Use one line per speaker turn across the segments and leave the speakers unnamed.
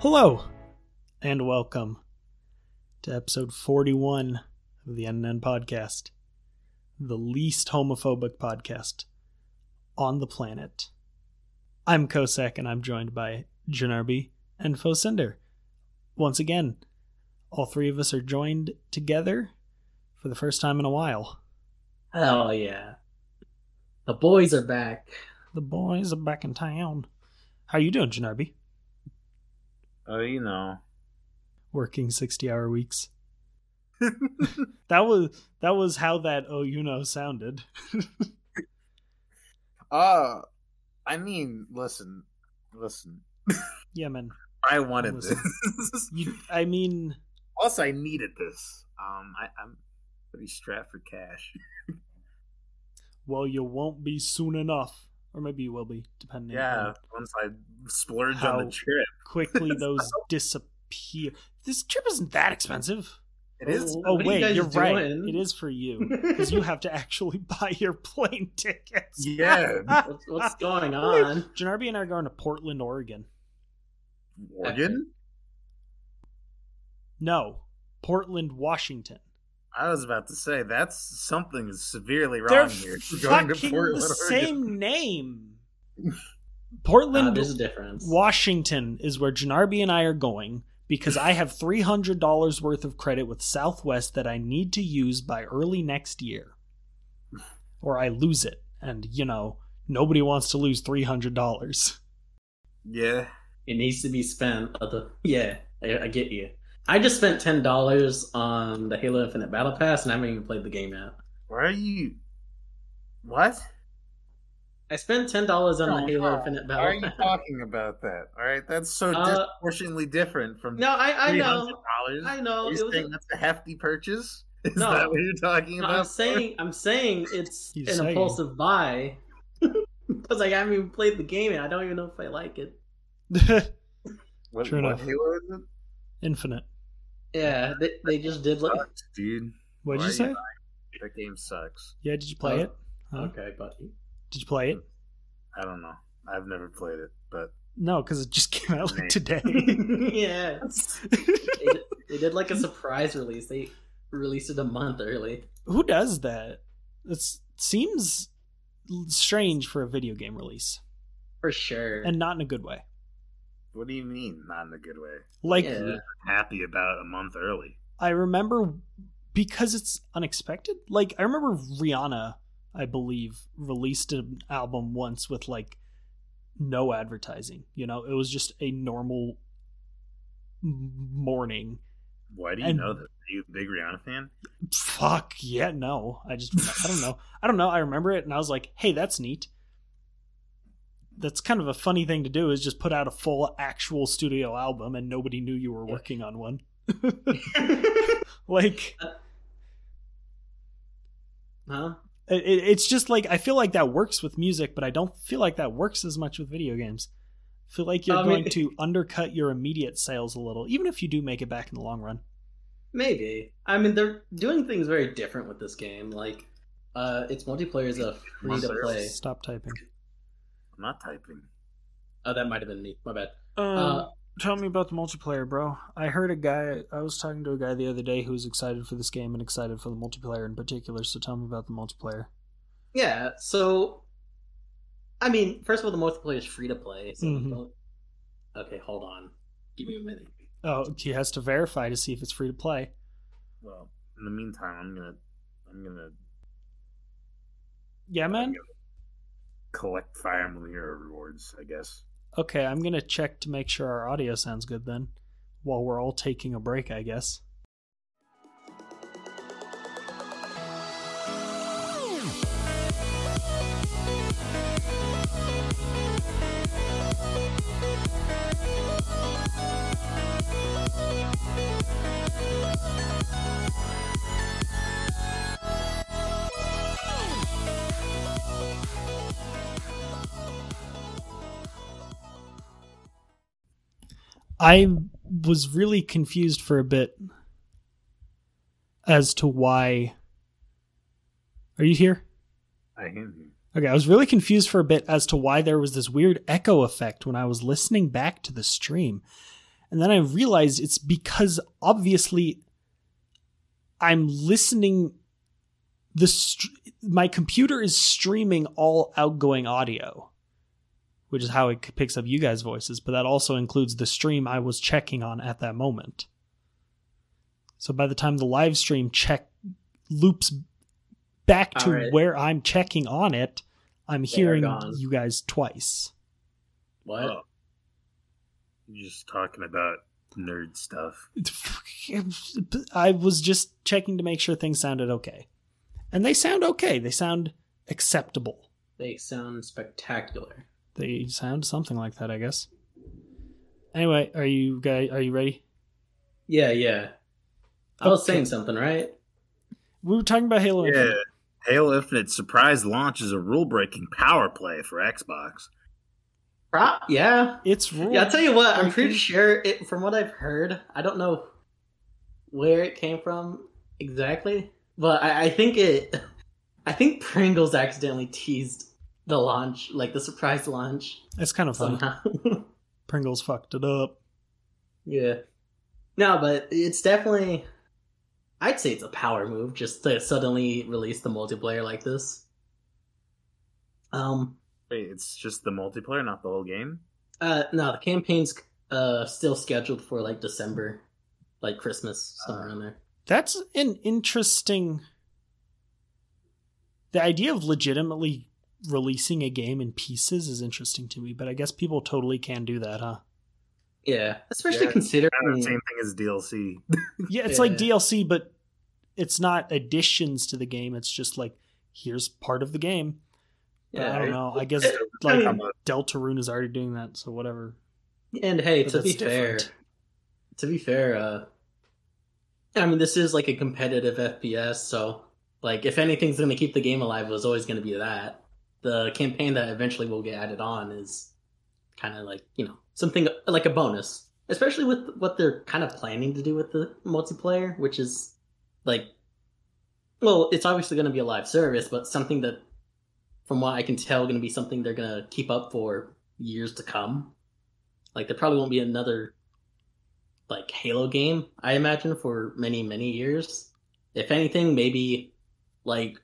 Hello, and welcome to episode 41 of the Unknown Podcast, the least homophobic podcast on the planet. I'm Kosek, and I'm joined by Janarbi and Fosinder. Once again, all three of us are joined together for the first time in a while.
Oh yeah, the boys are back.
The boys are back in town. How are you doing, Janarbi?
Oh, you know.
working 60 hour weeks that was that was how that oh you know sounded
Uh, I mean, listen, listen.
yeah man
I wanted
Listen.
this.
you, i mean
also, I needed this. Um, I, I'm pretty strapped for cash.
well you won't be soon enough or maybe you will be depending
Yeah,
on
once I splurge on
How-
the trip,
quickly those disappear this trip isn't that expensive
it is.
Oh,
oh
what are you
wait
guys
you're right
doing?
it is for you because you have to actually buy your plane tickets
Yeah,
What's, what's going on? Uh,
Janarbi and I are going to Portland, Oregon.
Oregon.
No, Portland, Washington.
I was about to say that's something is severely wrong
They're
here.
fucking the same name. Portland,
Ah, there's a difference.
Washington is where Janarbi and I are going because I have $300 worth of credit with Southwest that I need to use by early next year. Or I lose it. And, you know, nobody wants to lose $300.
Yeah,
It needs to be spent. Other, yeah, I, I get you. I just spent ten dollars on the Halo Infinite Battle Pass, and I haven't even played the game yet.
where are you? What?
I spent ten dollars on
Oh,
the Halo
no.
Infinite
Why are
Battle
you
Pass.
talking about that? All right, that's so
Uh,
disproportionately different from
No, I, I know,
dollars.
I know.
Are
It
you
was a-
saying that's a hefty purchase? Is
No.
that what you're talking
No,
about?
I'm saying I'm saying it's
He's
an
saying.
impulsive buy because like, I haven't even played the game and I don't even know if I like it.
what,
True
what
enough.
Halo is it?
Infinite.
Yeah, they, they just did like
Sucks, dude.
What'd
Why
you
are
say?
lying? That game sucks.
Yeah, did you play
Uh,
it? Huh?
okay, buddy.
Did you play it?
I don't know. I've never played it, but
No, because it just came out like
Mate.
today.
yeah, they, did- they did like a surprise release. They released it a month early.
Who does that? It seems l- strange for a video game release,
For sure.
and not in a good way.
what do you mean? Not in a good way.
Like
yeah.
I'm happy about a month early.
I remember because it's unexpected. Like I remember Rihanna, I believe, released an album once with like no advertising. You know, it was just a normal m- morning.
Why do you
And-
know this? Are you a big Rihanna fan?
Fuck yeah, no. I just I don't know. I don't know. I remember it and I was like, "Hey, that's neat." That's kind of a funny thing to do is just put out a full actual studio album and nobody knew you were working on one. Like
huh?
it, it- it's just like I feel like that works with music, but I don't feel like that works as much with video games. I feel like you're
I mean-
going to undercut your immediate sales a little, even if you do make it back in the long run.
Maybe. I mean, they're doing things very different with this game. Like, uh, its multiplayer is a free to play.
Stop typing.
I'm not typing.
Oh, that might have been me. My bad.
Um,
Uh,
tell me about the multiplayer, bro. I heard a guy. I was talking to a guy the other day who was excited for this game and excited for the multiplayer in particular. So tell me about the multiplayer.
Yeah, so I mean, first of all, the multiplayer is free to play. So
Mhm.
don't- Okay, hold on. Give me a minute.
Oh, he has to verify to see if it's free to play.
Well, in the meantime, I'm gonna, I'm gonna,
Yeah, man.
collect Fire Emblem Hero rewards. I guess.
Okay, I'm gonna check to make sure our audio sounds good then, while we're all taking a break, I guess. I was really confused for a bit as to why. Are you here?
I am here.
Okay, I was really confused for a bit as to why there was this weird echo effect when I was listening back to the stream. And then I realized it's because obviously I'm listening the str- my computer is streaming all outgoing audio, which is how it c- picks up you guys' voices, but that also includes the stream I was checking on at that moment. So by the time the live stream check loops back to
All right.
where I'm checking on it, I'm hearing
gone.
you guys twice.
What?
Oh. You're just talking about nerd stuff.
I was just checking to make sure things sounded okay. And they sound okay. They sound acceptable.
They sound spectacular.
They sound something like that, I guess. Anyway, are you guys are you ready?
Yeah, yeah. I was
Okay.
saying something, right?
We were talking about Halo.
Yeah.
Infinite.
Halo Infinite surprise launch is a rule breaking power play for Xbox.
Pro- yeah.
It's rule.
Yeah, I'll tell you what, I'm pretty
breaking.
sure it from what I've heard, I don't know where it came from exactly. But I, I think it I think Pringles accidentally teased the launch, like the surprise launch
It's kind of funny.
somehow.
Pringles fucked it up.
yeah. No, but it's definitely I'd say it's a power move just to suddenly release the multiplayer like this. Um
Wait, it's just the multiplayer, not the whole game?
Uh, no, the campaign's uh still scheduled for like December, like Christmas
Uh,
somewhere around there.
That's an interesting. The idea of legitimately releasing a game in pieces is interesting to me, but I guess people totally can do that, huh?
Yeah, especially
Yeah,
considering
Kind of the same thing as DLC.
Yeah, it's
Yeah.
like DLC, but it's not additions to the game. It's just like here's part of the game. But
yeah,
I don't know. I guess
I
like
mean-
Deltarune is already doing that, so whatever.
And hey,
But
to be
that's different.
fair, to be fair, uh, I mean this is like a competitive FPS, so like if anything's gonna keep the game alive, it was always gonna be that. The campaign that eventually will get added on is kind of like you know something like a bonus, especially with what they're kind of planning to do with the multiplayer, which is like, well, it's obviously gonna be a live service, but something that, from what I can tell, gonna be something they're gonna keep up for years to come. Like there probably won't be another like Halo game, I imagine, for many, many years. If anything, maybe like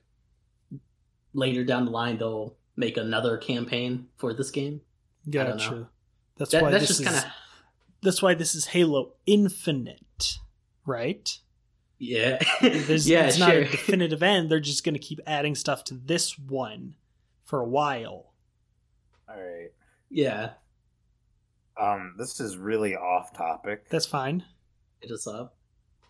later down the line they'll make another campaign for this game. I don't know.
Gotcha. That's
That-
why
that's
this
just
is
kind of
that's why this is Halo Infinite, right?
yeah,
There's,
yeah,
it's
sure.
not a definitive end. They're just going to keep adding stuff to this one for a while.
All right.
yeah,
Um, this is really off topic.
That's fine.
it is up.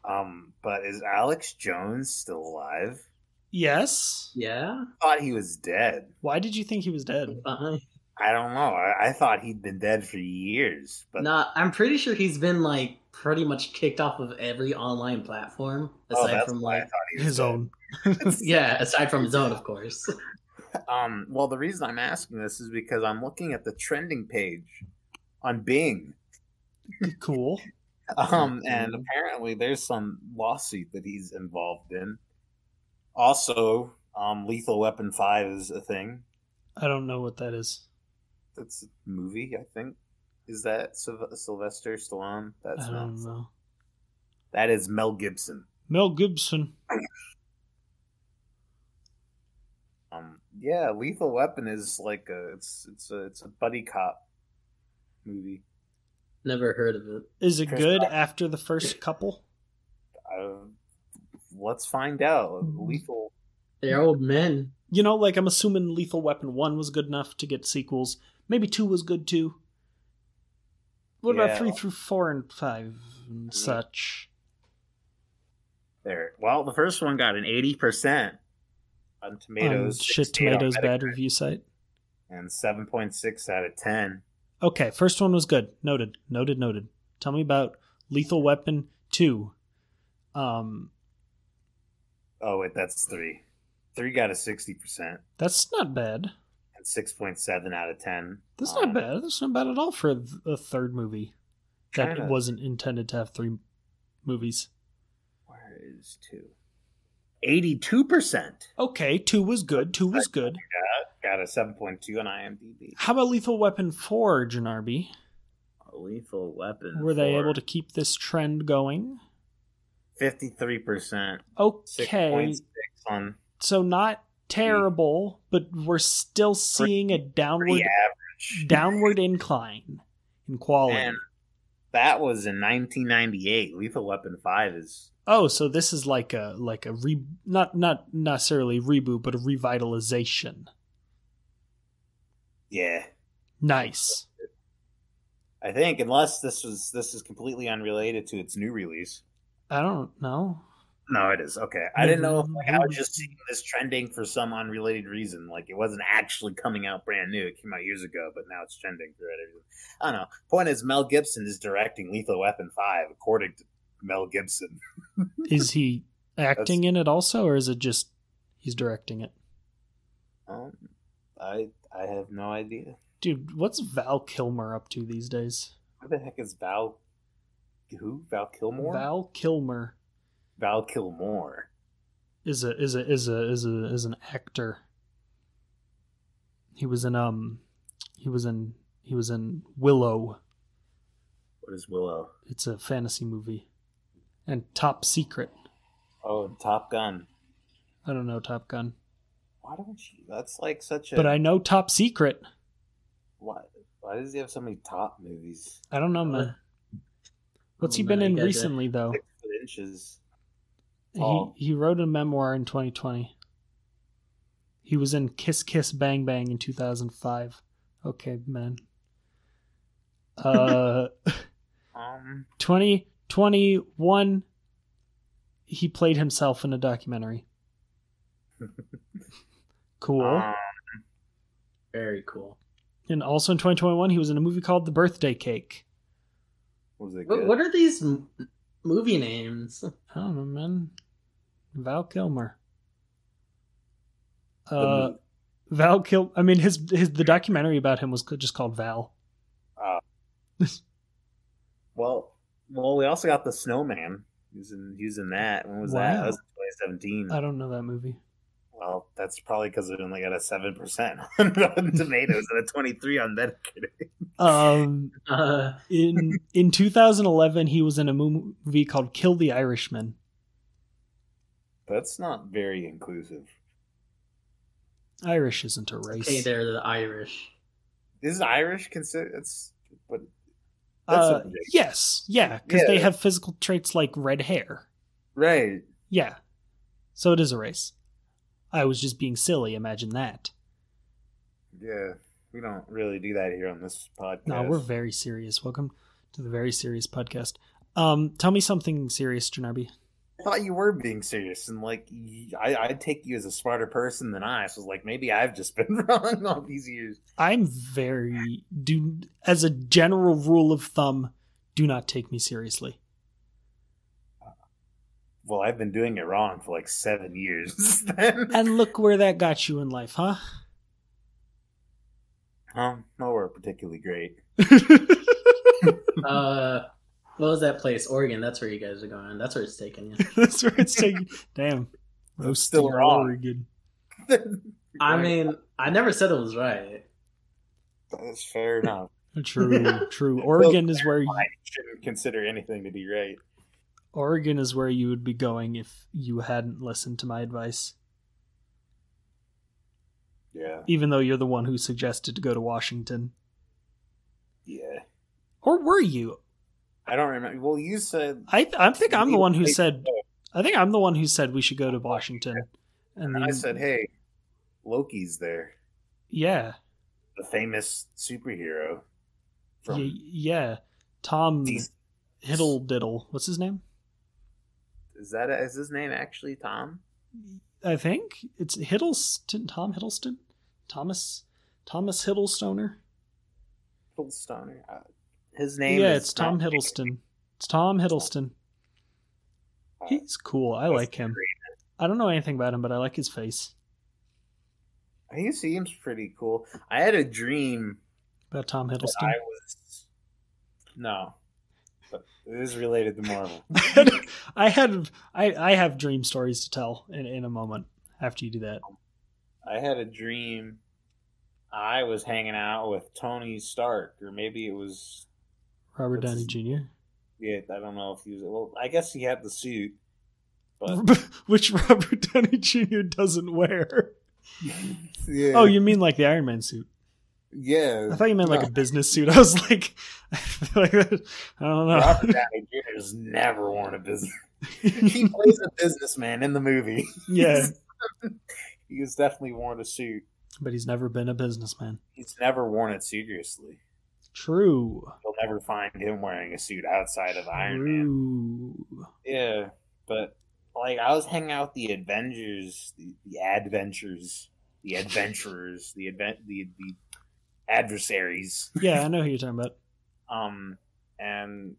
Um, but is Alex Jones still alive?
Yes.
Yeah,
thought he was dead.
Why did you think he was dead?
fine.
I don't know. I, I thought he'd been dead for years, but
Nah, I'm pretty sure he's been like pretty much kicked off of every online platform
oh,
aside
that's
from
why I
like
thought he was
His
dead.
own.
yeah, aside from his own, of course.
Um, well, the reason I'm asking this is because I'm looking at the trending page on Bing,
Cool.
Mhm.
um, and
Mm-hmm.
apparently there's some lawsuit that he's involved in. Also, um, Lethal Weapon Five is a thing.
I don't know what that is.
That's a movie, I think. Is that Syl- Sylvester Stallone? That's
I
not.
don't know.
That is Mel Gibson.
Mel Gibson.
Um, yeah, Lethal Weapon is like a it's it's a it's a buddy cop movie.
Never heard of it.
Is it
Chris
good
Pratt.
after the first couple?
Uh, let's find out.
Mm-hmm.
Lethal.
They're old men.
You know, like I'm assuming Lethal Weapon 1 was good enough to get sequels. Maybe 2 was good too. What
Yeah.
about 3 through 4 and 5 and such?
There. Well, the first one got an eighty percent on tomatoes.
on Um, shit
68 on
tomatoes bad
Metacritic,
review site.
And seven point six out of ten.
Okay, first one was good. Noted. Noted, noted. Tell me about Lethal Weapon 2. Um
Oh wait, that's three. Three got a sixty percent
that's not bad.
and six point seven out of ten.
That's not
Um,
bad. That's not bad at all for a th- a third movie that
Kinda.
wasn't intended to have three movies.
Where is two? Eighty-two percent
Okay, two was good. Two was good.
got a seven point two on IMDb.
How about Lethal Weapon 4, Janarby?
Lethal Weapon.
Were they able to keep this trend going?
Fifty-three percent. Six
Okay,
point six on
so not terrible, but we're still seeing a downward
pretty average.
downward incline in quality.
And that was in 1998. Lethal Weapon Five is
Oh, so this is like a like a re not not necessarily reboot, but a revitalization.
yeah.
Nice.
I think unless this was this is completely unrelated to its new release.
I don't know.
No, it is okay. I didn't know. If, like, I was just seeing this trending for some unrelated reason. Like it wasn't actually coming out brand new. It came out years ago, but now it's trending throughout everything. I don't know. Point is, Mel Gibson is directing Lethal Weapon Five, according to Mel Gibson.
Is he acting in it also, or is it just he's directing it?
Um, I I have no idea.
Dude, what's Val Kilmer up to these days?
Who the heck is Val? Who Val Kilmore? Val,
Val Kilmer
Kilmore.
is a is a is a is a is an actor. He was in um he was in he was in Willow.
What is Willow?
It's a fantasy movie. And Top Secret.
Oh, and Top Gun.
I don't know Top Gun.
Why don't you? That's like such a.
But I know Top Secret.
Why, why does he have so many top movies?
I don't know, man. What's he been in recently though?
Six foot inches.
He
Oh.
he wrote a memoir in 2020. He was in Kiss Kiss Bang Bang in 2005. Okay, man. Uh
Um,
2021 he played himself in a documentary. cool.
um,
Very cool.
and also in 2021 he was in a movie called The Birthday Cake.
was it
What,
good?
what are these m- movie names?
I don't know, man. Val Kilmer.
The
Uh,
mo-
Val Kil. I mean, his his the documentary about him was c- just called Val.
well, well, we also got the Snowman. Using using that. When was that?
Wow.
That was in 2017.
I don't know that movie.
Well, that's probably because it only got a seven percent on Rotten Tomatoes and a 23 on Metacritic.
Um,
Uh,
in in 2011, he was in a mo- movie called Kill the Irishman.
That's not very inclusive.
Irish isn't a race.
okay, they're the Irish.
Is Irish considered? It's but that's
uh,
something big.
yes, yeah, because
Yeah.
they have physical traits like red hair.
right.
Yeah, so it is a race. I was just being silly. Imagine that.
Yeah, we don't really do that here on this podcast.
No, we're very serious. Welcome to the very serious podcast. Um, tell me something serious, Janarby.
I thought you were being serious, and like y- I, I take you as a smarter person than I. So like maybe I've just been wrong all these years.
I'm very do as a general rule of thumb, do not take me seriously.
Well, I've been doing it wrong for like seven years. Then,
And look where that got you in life, huh?
huh? Nowhere particularly great.
Uh, what was that place? Oregon. That's where you guys are going. That's where it's taking you.
That's where it's taking. Damn,
That's still
Roasting
wrong.
Oregon.
I mean, I never said it was right.
that's fair enough.
True, true. Oregon is where you,
I shouldn't consider anything to be right.
Oregon is where you would be going if you hadn't listened to my advice.
Yeah,
Even though you're the one who suggested to go to Washington,
yeah.
or were you?
I don't remember. Well, you said
I th- I think I'm the one who said I think I'm the one who said we should go to Washington. And
And I
then-
said, "Hey, Loki's there,
yeah,
the famous superhero from
y- yeah. Tom
DC."
Hiddle Diddle, what's his name?
Is that is his name actually Tom?
I think it's Hiddleston. Tom Hiddleston, Thomas Thomas Hiddlestoner.
Hiddlestoner. Uh, his name.
yeah,
is
it's Tom
not-
Hiddleston. It's Tom Hiddleston.
Uh,
He's cool. I
that's
like him. I don't know anything about him, but I like his face.
He seems pretty cool. I had a dream
About Tom
that
Hiddleston.
Oh, I was. No, but it is related to Marvel.
I had, I, had I, I have dream stories to tell in, in a moment after you do that.
I had a dream. I was hanging out with Tony Stark, or maybe it was
Robert
That's-
Downey Jr.
Yeah, I don't know if he was. Well, I guess he had the suit, but
Which Robert Downey Jr. doesn't wear.
yeah.
Oh, you mean like the Iron Man suit?
yeah.
I thought you meant like
No.
a business suit. I was like, I feel like that- I don't
Robert
know.
Downey Jr. has never worn a business. he plays a businessman in the movie.
yeah,
He has definitely worn a suit.
but he's never been a businessman.
He's never worn it seriously.
True.
You'll never find him wearing a suit outside of Iron Man.
True.
Yeah, but like I was hanging out with the Avengers, the, the adventures, the adventurers, the advent, the the adversaries.
Yeah, I know who you're talking about.
Um, and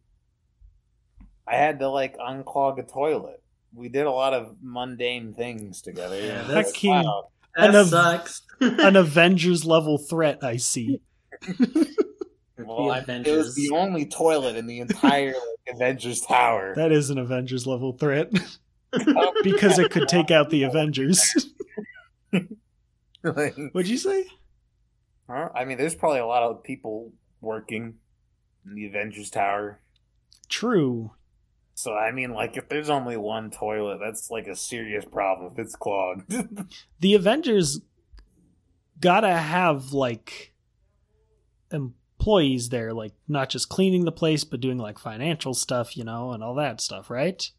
I had to like unclog a toilet. We did a lot of mundane things together.
Yeah,
It
that's
was
key.
wild.
An
That
av-
sucks.
An Avengers level threat, I see.
Well,
The
I- It was
Avengers.
the only toilet in the entire like, Avengers Tower.
That is an Avengers level threat because it could take out the Avengers.
Like,
What'd you say?
huh? I mean, there's probably a lot of people working in the Avengers Tower.
True.
So I mean, like, if there's only one toilet, that's like a serious problem if it's clogged.
The Avengers gotta have like employees there, like not just cleaning the place, but doing like financial stuff, you know, and all that stuff, right?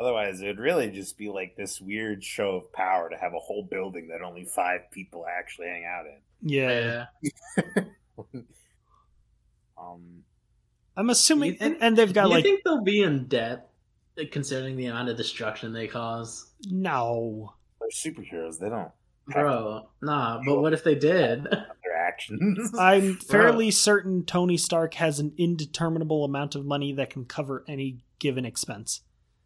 Otherwise, it'd really just be like this weird show of power to have a whole building that only five people actually hang out in.
Yeah.
yeah.
Um,
I'm assuming,
You think-
and, and they've got
you
like
think they'll be in debt uh, considering the amount of destruction they cause?
no.
they're superheroes; they don't
Bro, nah, but what if they did?
have their actions.
I'm fairly certain Tony Stark has an indeterminable amount of money that can cover any given expense.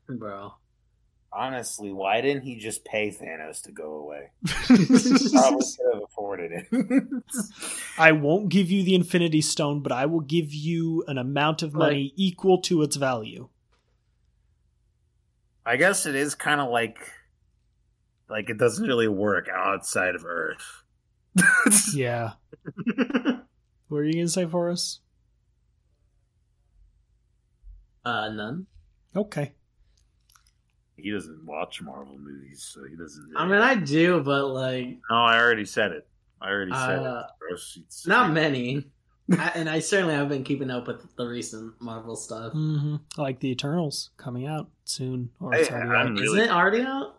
Bro.
Honestly, why didn't he just pay Thanos to go away? Probably
I
could have afforded it.
won't give you the Infinity Stone, but I will give you an amount of money equal to its value.
I guess it is kind of like, like it doesn't really work outside of Earth.
Yeah. What are you going to say for us?
Uh, none.
Okay.
He doesn't watch Marvel movies, so he doesn't.
I mean, I do, but like,
no, I already said it. I already said
Uh,
it. Gross. It's-
not many. I, and I certainly have been keeping up with the recent Marvel stuff.
Mm,
hmm Like the Eternals coming out soon. Or
Hey,
it's already
I'm
out.
really-
Isn't it already out?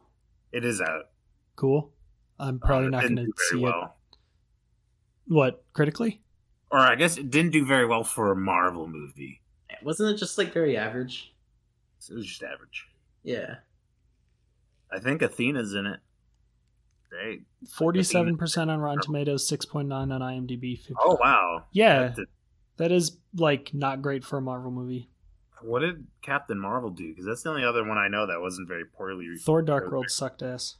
It is out.
Cool. I'm probably
Uh,
not
it
going
didn't
to
do
see
very
it.
well.
What, critically?
Or I guess it didn't do very well for a Marvel movie.
Wasn't it just like very average?
So it was just average.
Yeah.
I think Athena's in it. Right?
47% on Rotten Tomatoes, 6.9 on IMDb. 50.
Oh wow!
Yeah,
Captain-
that is like not great for a Marvel movie.
What did Captain Marvel do? Because that's the only other one I know that wasn't very poorly. Re-
Thor Dark World sucked ass.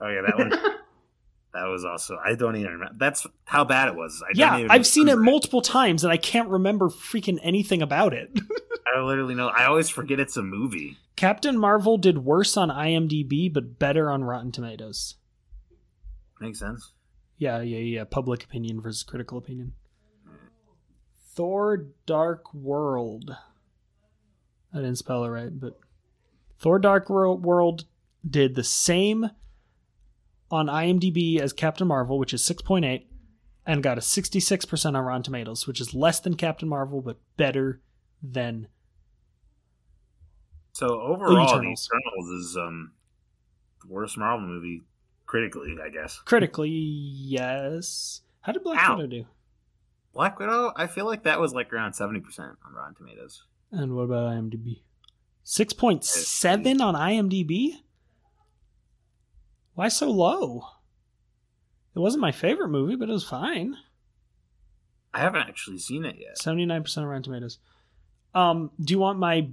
oh yeah, that one. that was also. I don't even remember. That's how bad it was. I don't
Yeah,
even
I've seen it
remember
multiple times and I can't remember freaking anything about it.
I literally know. I always forget it's a movie.
Captain Marvel did worse on IMDb but better on Rotten Tomatoes.
Makes sense.
Yeah, yeah, yeah. Public opinion versus critical opinion. Thor Dark World. I didn't spell it right, but Thor Dark Wor- World did the same on IMDb as Captain Marvel, which is 6.8, and got a 66% on Rotten Tomatoes, which is less than Captain Marvel, but better than.
So overall, the
Eternals.
Eternals is um the worst Marvel movie critically, I guess.
Critically, yes. How did Black
Ow.
Widow do?
Black Widow, I feel like that was like around seventy percent on Rotten Tomatoes.
And what about IMDb? 6.7 on IMDb? Why so low? It wasn't my favorite movie, but it was fine.
I haven't actually seen it yet.
79% on Rotten Tomatoes. Um, do you want my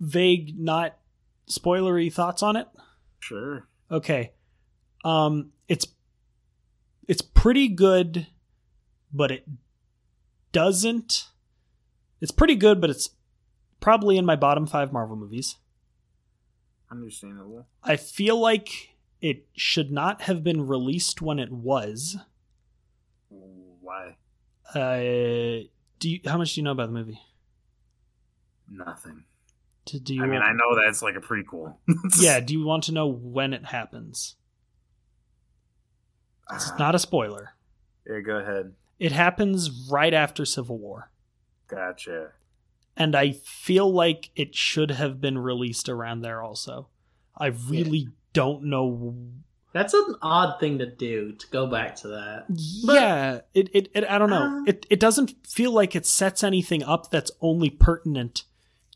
vague, not spoilery thoughts on it?
Sure.
Okay. Um, it's it's pretty good, but it doesn't. It's pretty good, but it's probably in my bottom five Marvel movies.
Understandable.
I feel like it should not have been released when it was.
Why?
Uh, Do you, how much do you know about the movie?
Nothing.
Do, do you
I mean,
want-
I know that's like a prequel.
yeah, do you want to know when it happens? It's
Ah,
not a spoiler.
yeah, go ahead.
It happens right after Civil War.
Gotcha.
And I feel like it should have been released around there also. I really don't know
That's an odd thing to do to go back to that.
Yeah, it, it, it I don't know.
Uh.
it it doesn't feel like it sets anything up that's only pertinent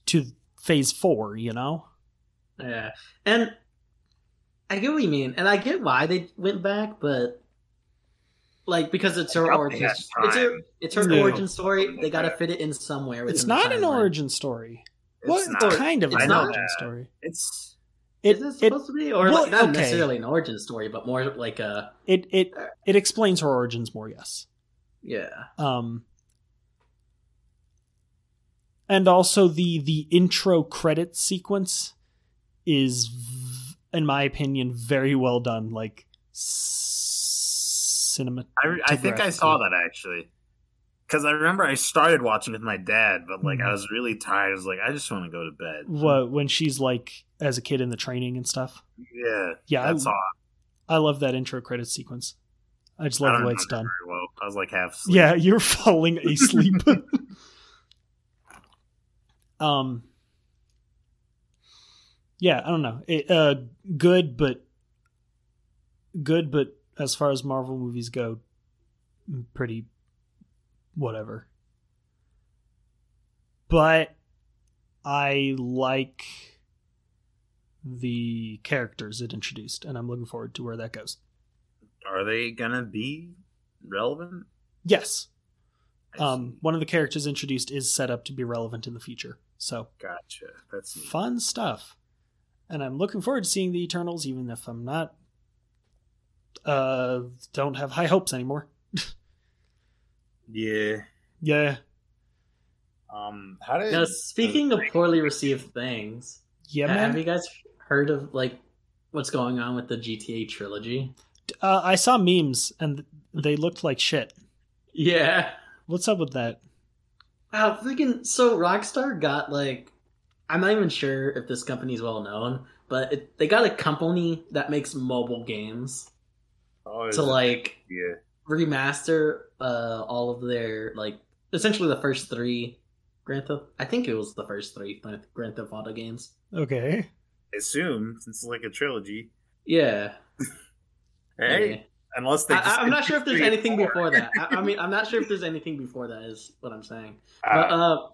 to phase 4, you know?
Yeah, and I get what you mean, and I get why they went back, but like because it's her
Probably
origin,
had time.
it's her, it's her
Yeah.
origin story. They got to fit it in somewhere.
It's
within the
not an
timeline.
origin story.
It's
well,
not.
it's kind of
It's
an
not.
origin story.
It's
It,
Is it
it
supposed to be, or
well,
like, not
okay.
necessarily an origin story, but more like a
it it it explains her origins more, yes.
yeah.
Um and also the the intro credit sequence is v- in my opinion very well done like s- cinema
I, I think I saw that actually. Because I remember I started watching with my dad, but like I was really tired. I was like, I just want to go to bed.
what when she's like as a kid in the training and stuff.
Yeah,
Yeah, I,
that's all.
I love that intro credit sequence. I just
I
love
don't
the way it's done.
remember very well. I was like half asleep.
Yeah, you're falling asleep. um Yeah, I don't know. It, uh good but good but as far as Marvel movies go mm, pretty whatever. But I like the characters it introduced and I'm looking forward to where that goes.
Are they gonna be relevant?
Yes.
I
um,
see.
one of the characters introduced is set up to be relevant in the future. So
gotcha. That's neat.
fun stuff, and I'm looking forward to seeing the Eternals, even if I'm not uh don't have high hopes anymore.
yeah.
Yeah,
Um, how did
Now, speaking of poorly received things,
yeah,
ha- have
man.
you guys heard of like what's going on with the GTA trilogy?
Uh, I saw memes and they looked like shit.
Yeah.
What's up with that?
Wow, freaking so Rockstar got like I'm not even sure if this company's well known, but it, they got a company that makes mobile games
oh, is
to
it-
like
yeah,
remaster uh all of their like essentially the first 3 Grand Theft I think it was the first 3 Grand- Grand Theft Auto games.
Okay,
I assume since it's like a trilogy.
Yeah.
Hey,
yeah.
unless they. just
I, I'm not sure if there's
introduce-
anything before that. I, I mean, I'm not sure if there's anything before that is what I'm saying.
Uh,
But, uh,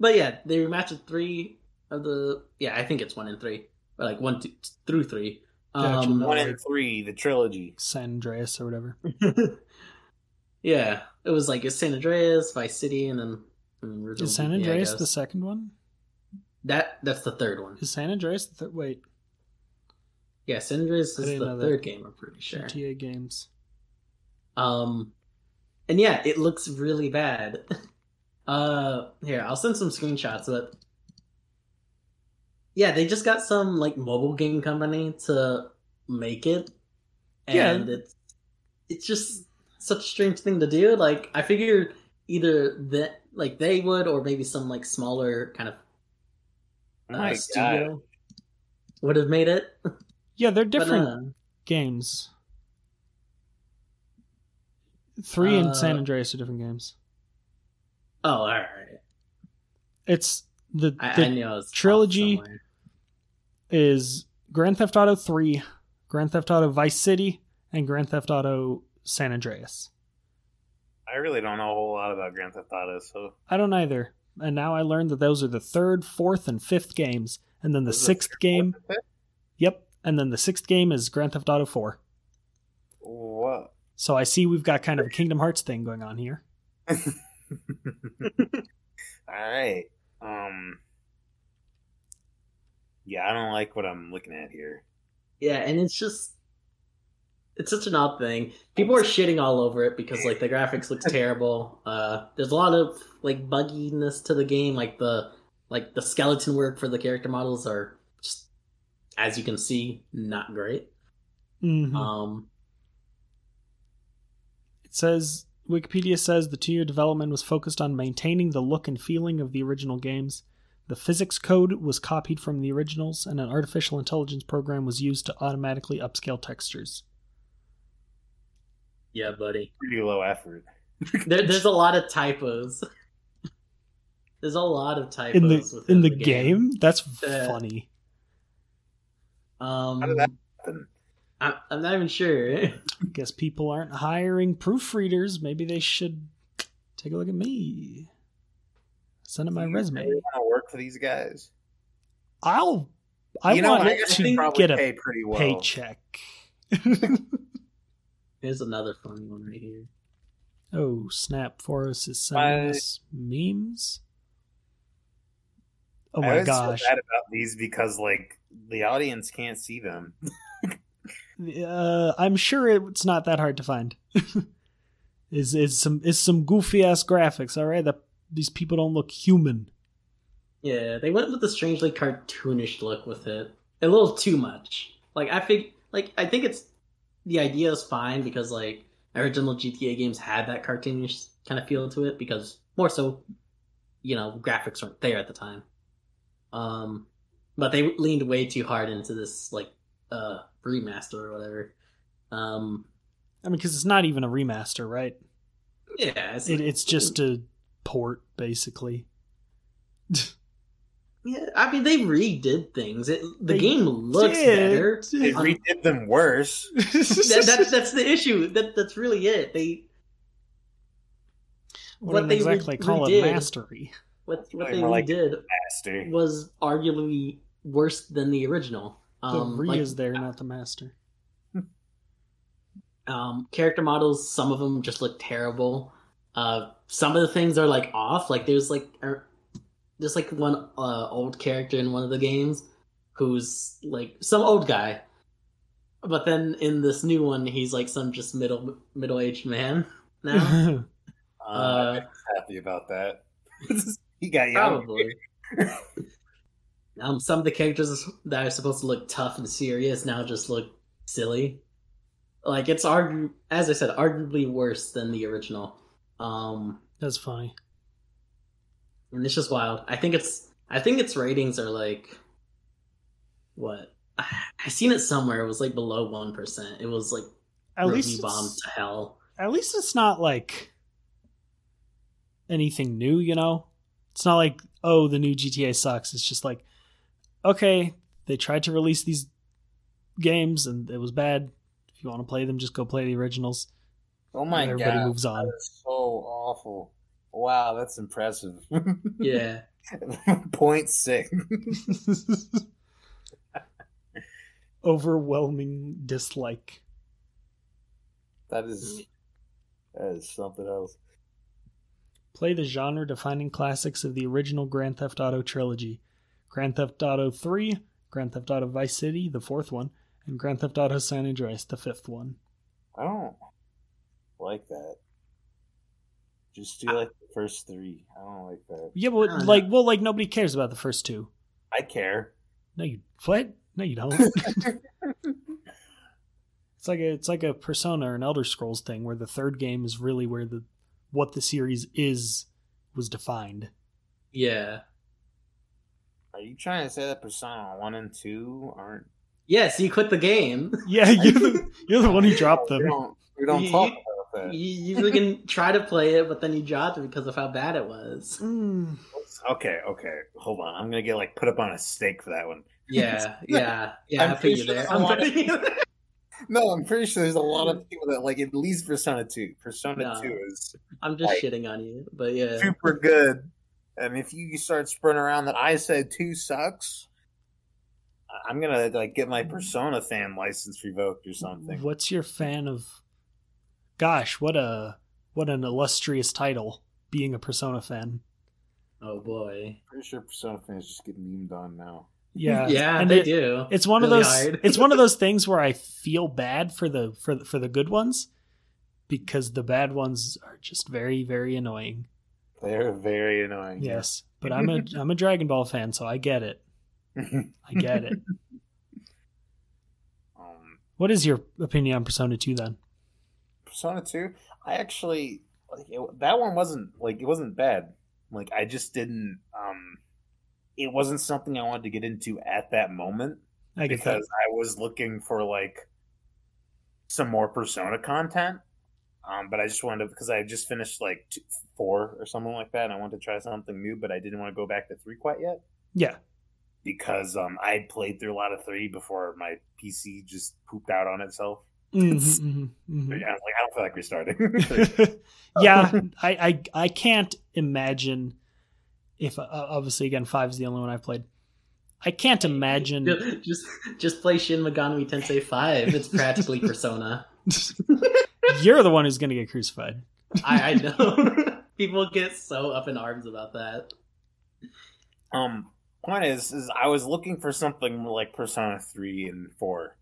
but yeah, they rematched three of the. Yeah, I think it's one and three, or like one two, through three.
Gotcha.
Um,
one and three, the trilogy.
San Andreas or whatever.
yeah, it was like it's San Andreas, Vice City, and then. and Original
Is San
GTA, I
Andreas the
guess.
second one?
that that's the third one.
Is San Andreas the third? Wait,
Yeah, San Andreas
I
is
didn't
the
know that.
third game. I'm pretty sure.
GTA games.
Um, and yeah, it looks really bad. Uh, here I'll send some screenshots, but yeah, they just got some like mobile game company to make it, and it's it's just such a strange thing to do. Like I figured either that like they would, or maybe some like smaller kind of
Oh
uh,
my God.
studio would have made it But,
Yeah, they're different
uh,
games. Three and San
Uh,
Andreas are different games.
oh, all right.
It's the,
I,
the
I knew I was off
trilogy-
somewhere.
is Grand Theft Auto Three, Grand Theft Auto Vice City, and Grand Theft Auto San Andreas.
I really don't know a whole lot about Grand Theft Auto, so
I don't either, and now I learned that those are the third, fourth, and fifth games, and then the
Those are the
sixth game. Yep, and then the sixth game is Grand Theft Auto Four.
what?
So I see we've got kind of a Kingdom Hearts thing going on here.
All right. Um. Yeah, I don't like what I'm looking at here.
Yeah, and it's just it's such an odd thing. People are shitting all over it because like the graphics looks terrible. Uh there's a lot of like bugginess to the game, like the like the skeleton work for the character models are just as you can see,
Mm-hmm.
Um, not great.
Mhm.
Um
It says Wikipedia says the two year development was focused on maintaining the look and feeling of the original games. The physics code was copied from the originals, and an artificial intelligence program was used to automatically upscale textures.
Yeah, buddy.
Pretty low effort.
There, there's a lot of typos. There's a lot of typos
In the
within
in the, game? That's
Uh,
funny.
Um,
How did that happen?
I, I'm not even sure.
Guess people aren't hiring proofreaders. Maybe they should take a look at me. Send in my resume.
You want to work for these guys?
I'll. I
you know,
want
I guess they
to
probably
get a
pay pretty well.
paycheck.
Here's another funny one right here.
oh snap! Forrest is sending
My-
us memes. Oh
I
my
always
gosh!
feel bad about these because like the audience can't see them.
Uh, I'm sure it's not that hard to find. is is some is some goofy ass graphics? All right, that these people don't look human.
Yeah, they went with a strangely cartoonish look with it. A little too much. Like I think, like I think it's the idea is fine because like original GTA games had that cartoonish kind of feel to it because more so, you know, graphics weren't there at the time. Um, but they leaned way too hard into this like uh remaster or whatever. Um,
I mean, because it's not even a remaster, right?
yeah, it's,
It, it's just a port, basically.
yeah. I mean, they redid things. It the
They
game looks
Did-
better.
They
did-
redid them worse.
that, that, that's the issue. That that's really it. They
Wouldn't
what they re-
exactly call
redid-
it mastery.
what what
Like,
they
more like-
did
Faster.
was arguably worse than the original.
the
Um,
re
like,
is there, not the master.
um, character models, some of them just look terrible. Uh, some of the things are like off. Like there's like er, there's like one uh, old character in one of the games who's like some old guy, but then in this new one he's like some just middle middle aged man now.
Uh,
uh,
happy about that. he got young.
Probably. um, some of the characters that are supposed to look tough and serious now just look silly. Like it's argu as I said, arguably worse than the original. Um,
That's funny.
and it's just wild. I think it's I think its ratings are like what I seen it somewhere. It was like below one percent. It was like
At
review
least,
bombed
it's,
to hell.
at least it's not like anything new, you know? It's not like, oh, the new GTA sucks. It's just like, okay, they tried to release these games and it was bad. If you want to play them, just go play the originals.
Oh my
and everybody
god,
moves
that
on.
is so awful. Wow, that's impressive.
Yeah.
Point six.
Overwhelming dislike.
That is that is something else.
Play the genre defining classics of the original Grand Theft Auto trilogy Grand Theft Auto 3, Grand Theft Auto Vice City, the fourth one, and Grand Theft Auto San Andreas, the fifth one.
I don't like that. Just do like the first three. I don't like that.
Yeah, but
I don't
like, well, like nobody cares about the first two.
I care.
No, you what? No, you don't. it's like a, it's like a Persona or an Elder Scrolls thing where the third game is really where the what the series is was defined.
Yeah.
Are you trying to say that Persona One and Two aren't?
Yeah, so you quit the game.
Yeah, you're the, you're the one who dropped
We
them.
don't, we don't
You-
talk about that.
You you freaking try to play it, but then you dropped it because of how bad it was.
Mm.
Okay, okay. Hold on. I'm gonna get like put up on a stake for that one.
Yeah, yeah, yeah.
I'm
i put you
pretty sure
there.
there's a
I'm
lot of-
putting you there.
No, I'm pretty sure there's a lot of people that like at least Persona Two. Persona
No.
Two is
I'm just
Like-
shitting on you, but yeah,
super good. And if you start spreading around that I said two sucks, I- I'm gonna like get my Persona fan license revoked or something.
What's your fan of? Gosh, what a what an illustrious title! Being a Persona fan.
oh boy,
pretty sure Persona fans just get memed on now.
Yeah,
yeah,
and
they
it-
do.
It's one
Really
of those.
hard.
it's one of those things where I feel bad for the for the, for the good ones, because the bad ones are just very very annoying.
They are very annoying.
Yes, but I'm a I'm a Dragon Ball fan, so I get it.
um,
I get it. What is your opinion on Persona Two then?
Persona Two. I actually like it, that one wasn't like it wasn't bad. Like I just didn't. um It wasn't something I wanted to get into at that moment
I get that.
because I was looking for like some more Persona content. Um, but I just wanted to, because I just finished like two, four or something like that, and I wanted to try something new, but I didn't want to go back to three quite yet
Yeah.
because um, I had played through a lot of three before my PC just pooped out on itself.
Mhm, mhm, mhm.
But yeah, I was like, I don't feel like restarting.
yeah, I, I I can't imagine if uh, obviously again five's the only one I've played. I can't imagine.
Just just play Shin Megami Tensei Five. It's practically Persona.
You're the one who's gonna get crucified.
I, I know. People get so up in arms about that.
Um, point is, is I was looking for something more like Persona Three and Four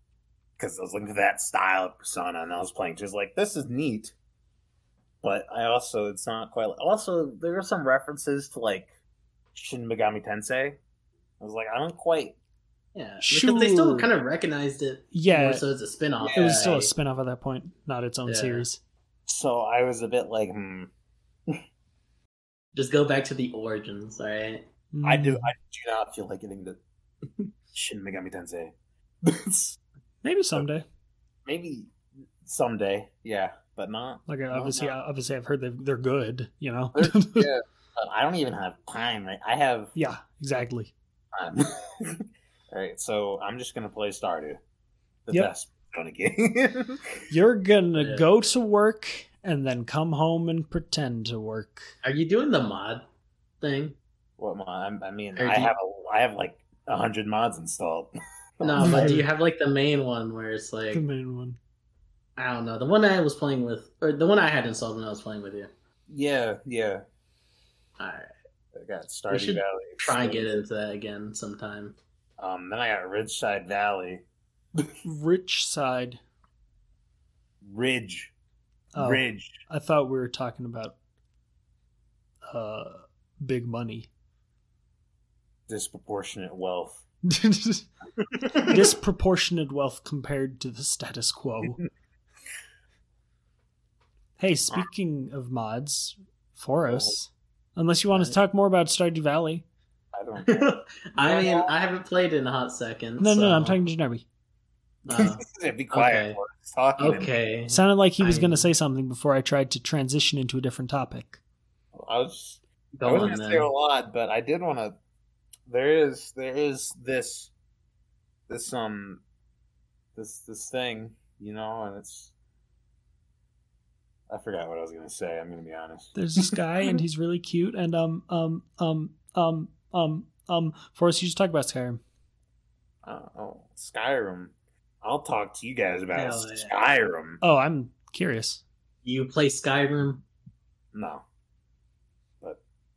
because I was looking for that style of Persona, and I was playing just like this is neat, but I also it's not quite. Also, there are some references to like Shin Megami Tensei. I was like, I don't quite.
Yeah, because they
Sure.
still kind of recognized it.
Yeah,
more so it's a spin-off.
it was still a
right?
spin-off at that point, not its own
Yeah.
series.
So I was a bit like, hmm,
Just go back to the origins, all right?
I do,
Mm.
I do not feel like getting to Shin Megami Tensei.
Maybe someday.
Maybe someday, yeah, but not
Like
no,
obviously,
no.
obviously, I've heard they they're good. You know.
yeah. But Uh, I don't even have time. Right? I have
yeah. Exactly.
time. All right, so I'm just gonna play Stardew, the
Yep.
best Persona game.
You're gonna
Yeah.
go to work and then come home and pretend to work.
Are you doing the mod thing?
what mod? I'm- I mean,
Or
I
do you-
have a, I have like a hundred mods installed.
No, but do you have like the main one where it's like
The main one.
I don't know the one I was playing with, or the one I had installed when I was playing with you?
Yeah, yeah.
All right,
I got Stardew
should
Valley.
try and get into that again sometime.
Um, then I got Ridgeside Valley,
Rich side.
Ridge,
Oh.
Ridge.
I thought we were talking about uh big money.
Disproportionate wealth.
Disproportionate wealth compared to the status quo. hey, speaking of mods, for us, unless you want us to talk more about Stardew Valley.
I don't.
I mean, I haven't played in a hot second.
No,
so,
no, no, I'm talking to Jeremy.
uh,
Be quiet.
Okay.
We're talking.
okay,
It sounded like he was
I-
going to say something before I tried to transition into a different topic.
I was. I
go
wasn't
on
gonna say a
then.
lot, but I did want to. There is there is this this um this this thing, you know, and it's. I forgot what I was gonna say. I'm gonna be honest.
There's this guy, and he's really cute, and um, um, um, um, um, um. For us, you just talk about Skyrim.
Oh, oh, Skyrim. I'll talk to you guys about
Hell yeah.
Skyrim.
Oh, I'm curious.
You play Skyrim?
No,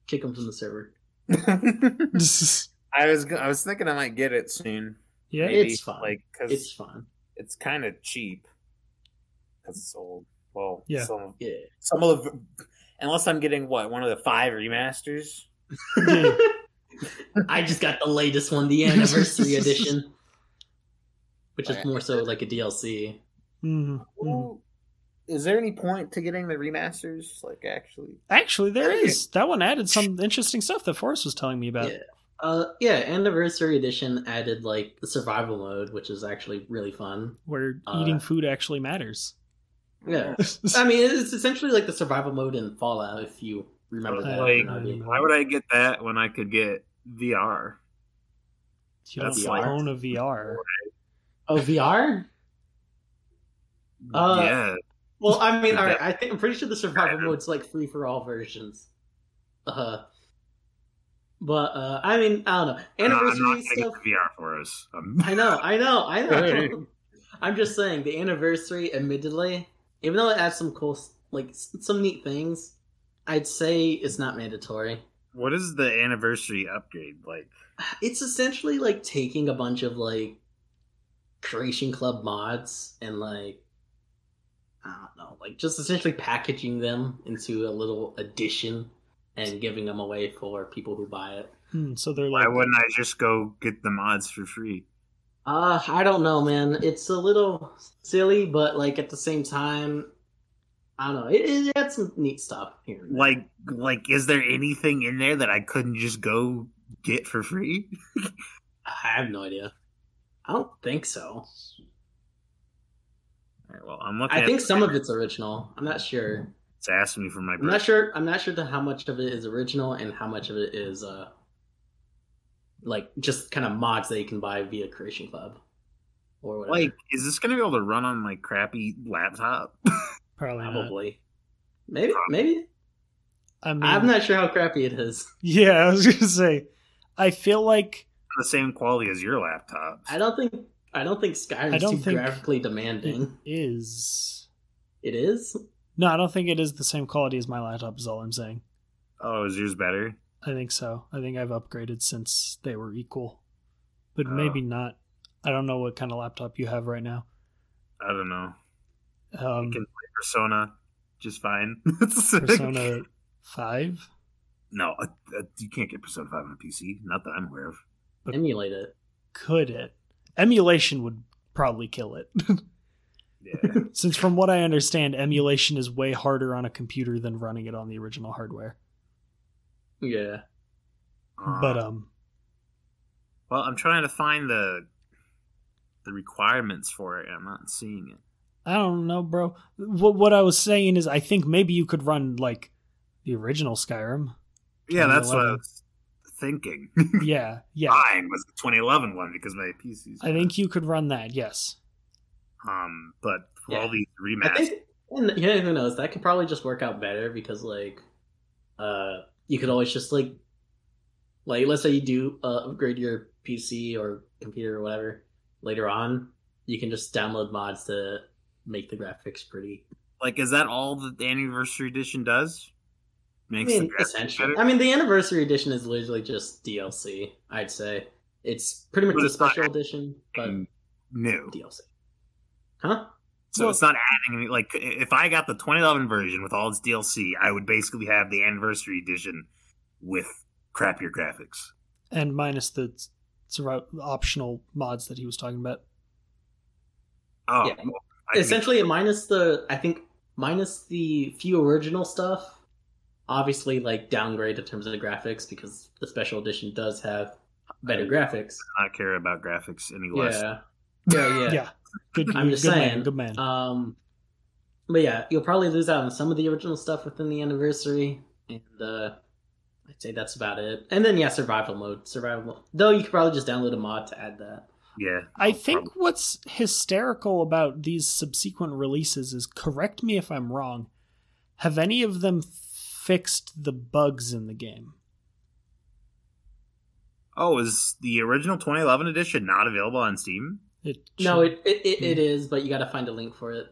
Kick him from the server.
I was go- I was thinking I might get it soon.
yeah,
Maybe. it's fine.
Like, cause
It's
it's,
fun.
kind of cheap. Cause it's old. Well,
Yeah.
some
Yeah.
some of the unless I'm getting what one of the five remasters.
Yeah.
I just got the latest one, the anniversary edition, which is more so like a DLC.
Mhm, mhm.
Well, Is there any point to getting the remasters? Like actually,
Actually, there
Hey.
is that one added some interesting stuff that Forrest was telling me about.
Yeah. Uh, yeah, anniversary edition added like the survival mode, which is actually really fun.
Where
Uh,
eating food actually matters.
Yeah, I mean it's essentially like the survival mode in Fallout, if you remember that.
Like,
Nabi.
Why
I get that when I could get VR?
you don't
that's like-
own a VR.
oh, VR. Uh, Well, I mean, all right. I think I'm pretty sure the survival mode's like free for all versions. Uh, but uh, I mean, I don't know. Anniversary stuff.
VR for us. Um,
I know, I know, I
Hey.
know. I'm just saying the anniversary, admittedly, even though it adds some cool, s- like s- some neat things, I'd say it's not mandatory.
what is the anniversary upgrade like?
It's essentially like taking a bunch of like creation club mods and like I don't know, like just essentially packaging them into a little edition and giving them away for people who buy it.
Hmm, so they're like,
I just go get the mods for free?
Uh, I don't know, man. It's a little silly, but like at the same time, I don't know. It, it had some neat stuff here. and there.
Like, like, is there anything in there that I couldn't just go get for free?
I have no idea. I don't think so.
All right, well, I'm looking.
I
at
think some of it's original. I'm not sure.
It's asking me for my.
I'm not sure. I'm not sure to how much of it is original and how much of it is uh, like just kind of mods that you can buy via Creation Club, or whatever.
Like, is this gonna be able to run on my crappy laptop?
Probably not.
probably, maybe, maybe.
I mean,
I'm not sure how crappy it is.
yeah, I was gonna say, I feel like
the same quality as your laptop.
I don't think. I don't think Skyrim's
I don't
too
think-
graphically
it
demanding.
is.
It is.
No, I don't think it is the same quality as my laptop. Is all I'm saying.
Oh, is yours better?
I think so. I think I've upgraded since they were equal, but
Oh.
maybe not. I don't know what kind of laptop you have right now.
I don't know.
Um,
I can play Persona just fine.
Persona Five.
No, uh, uh, you can't get Persona Five on a PC. Not that I'm aware of.
Emulate it.
Could it? Emulation would probably kill it,
Yeah.
since from what I understand, emulation is way harder on a computer than running it on the original hardware.
Yeah. Uh-huh.
But um,
uh, well, I'm trying to find the the requirements for it. and I'm not seeing it.
I don't know, bro. What what I was saying is, I think maybe you could run like the original Skyrim.
Yeah, that's what I
2011.
was thinking.
Yeah, yeah.
Mine was the 2011 one because my PC's.
I think you could run that. Yes.
Um, but for all
Yeah.
these
I
remasters,
think, and yeah, who knows? That could probably just work out better because, like, uh, you could always just like, like, let's say you do uh, upgrade your PC or computer or whatever later on, you can just download mods to make the graphics pretty.
like, is that all that the anniversary edition does?
I
Makes
mean,
the graphics
essentially,
better.
I mean, the anniversary edition is literally just DLC. I'd say it's pretty much
But
a
it's not
special edition, but
And new.
DLC. Huh?
So it's not adding any. Like, if I got the 2011 version with all its DLC, I would basically have the anniversary edition with crappier graphics.
and minus the s- survi- optional mods that he was talking about.
Oh,
Yeah.
well, I can-
essentially minus the i think minus the few original stuff obviously like downgrade in terms of the graphics because the special edition does have better graphics
not care about graphics any less.
yeah yeah yeah,
Yeah, good.
I'm just
good man.
saying,
Good man.
um but yeah you'll probably lose out on some of the original stuff within the anniversary and uh i'd say that's about it and then yeah survival mode survival mode. though you could probably just download a mod to add that
Yeah,
I
Oh,
no
think
problem.
what's hysterical about these subsequent releases is correct me if I'm wrong. Have any of them fixed the bugs in the game?
Oh, is the original 2011 edition not available on Steam?
It
No,
should-
it, it, it, it
Mm.
is, but you got to find a link for it.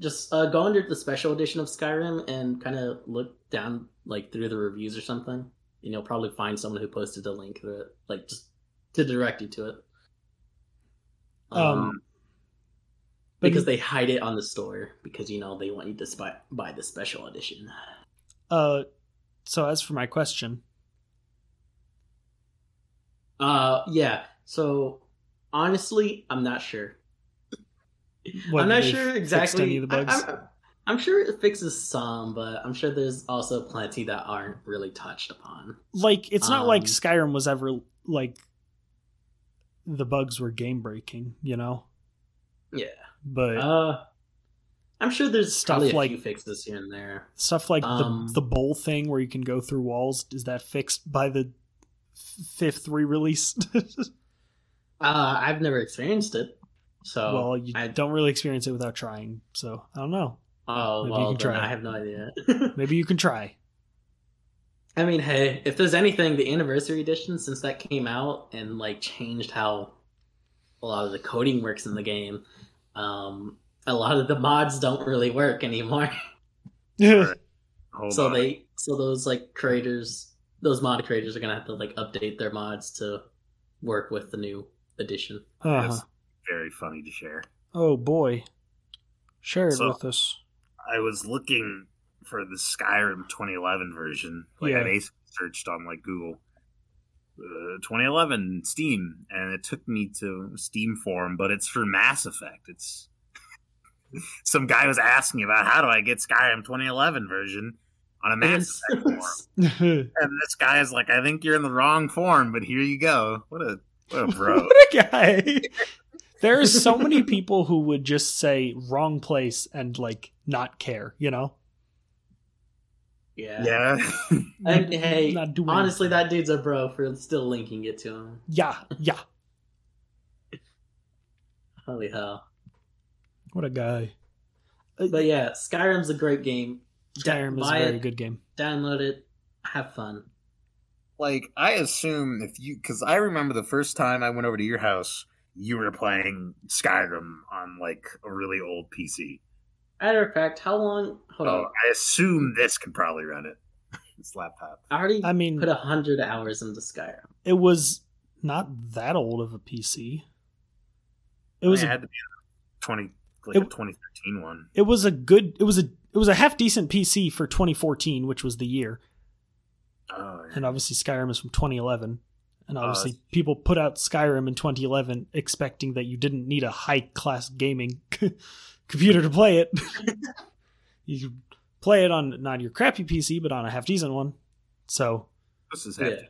Just uh, go under the special edition of Skyrim and kind of look down like through the reviews or something, and you'll probably find someone who posted a link to it, like just to direct you to it. Um,
Um, but-
because they hide it on the store because you know they want you to spy, buy the special edition.
Uh, so as for my question,
Uh, yeah. So honestly, I'm not sure.
whether
I'm not
they've
sure
fixed
exactly.
any of the bugs.
I, am sure it fixes some, but I'm sure there's also plenty that aren't really touched upon.
like it's not like
Um,
Skyrim was ever like the bugs were game breaking, you know.
Yeah.
But
Uh, I'm sure there's
Stuff
probably a
like-
few fixes here and there.
stuff like
um,
the the bowl thing where you can go through walls is that fixed by the f- fifth re-release?
Uh, I've never experienced it, so
well, you
Oh, I-
don't really experience it without trying, so I don't know.
oh
maybe you
well,
can
then
try
I
it.
have no idea.
Maybe you can try.
I mean, hey, if there's anything, the anniversary edition since that came out and like changed how a lot of the coding works in the game, um, a lot of the mods don't really work anymore.
Alright. Hold
so
on.
they so those like creators those mod creators are gonna have to like update their mods to work with the new edition
Uh-huh.
That's very funny to share.
Oh boy, share it
So-
with us.
I was looking for the Skyrim 2011 version. Like
Yeah.
I basically searched on like Google uh, 2011 Steam, and it took me to Steam forum, but it's for Mass Effect. It's
some guy was asking about how do I get Skyrim 2011 version on a massive form, and this guy is like, I think you're in the wrong form, but here you go. What a what a bro.
what a guy. There are so many people who would just say wrong place and like not care, you know?
yeah.
yeah,
I- hey,
Not doing
honestly, that dude's a bro for still linking it to him.
Yeah, yeah.
Holy hell!
What a guy.
But yeah, Skyrim's a great game.
Skyrim is a
buy
very
it.
good game.
Download it. Have fun.
like I assume if you because I remember the first time I went over to your house, you were playing Skyrim on like a really old PC.
Matter of fact, how long? Hold
Oh,
on.
I assume this can probably run it. This laptop.
I already
I mean,
put a hundred hours into Skyrim.
it was not that old of a PC. It was
I
a,
had to be a twenty like a
It-
2013 one.
it was a good it was a it was a half decent PC for 2014, which was the year.
Oh, yeah.
And obviously Skyrim is from 2011. And
Oh,
obviously
that's-
people put out Skyrim in 2011 expecting that you didn't need a high class gaming computer to play it. you could play it on not your crappy PC, but on a half decent one. So,
this is
Yeah.
hefty.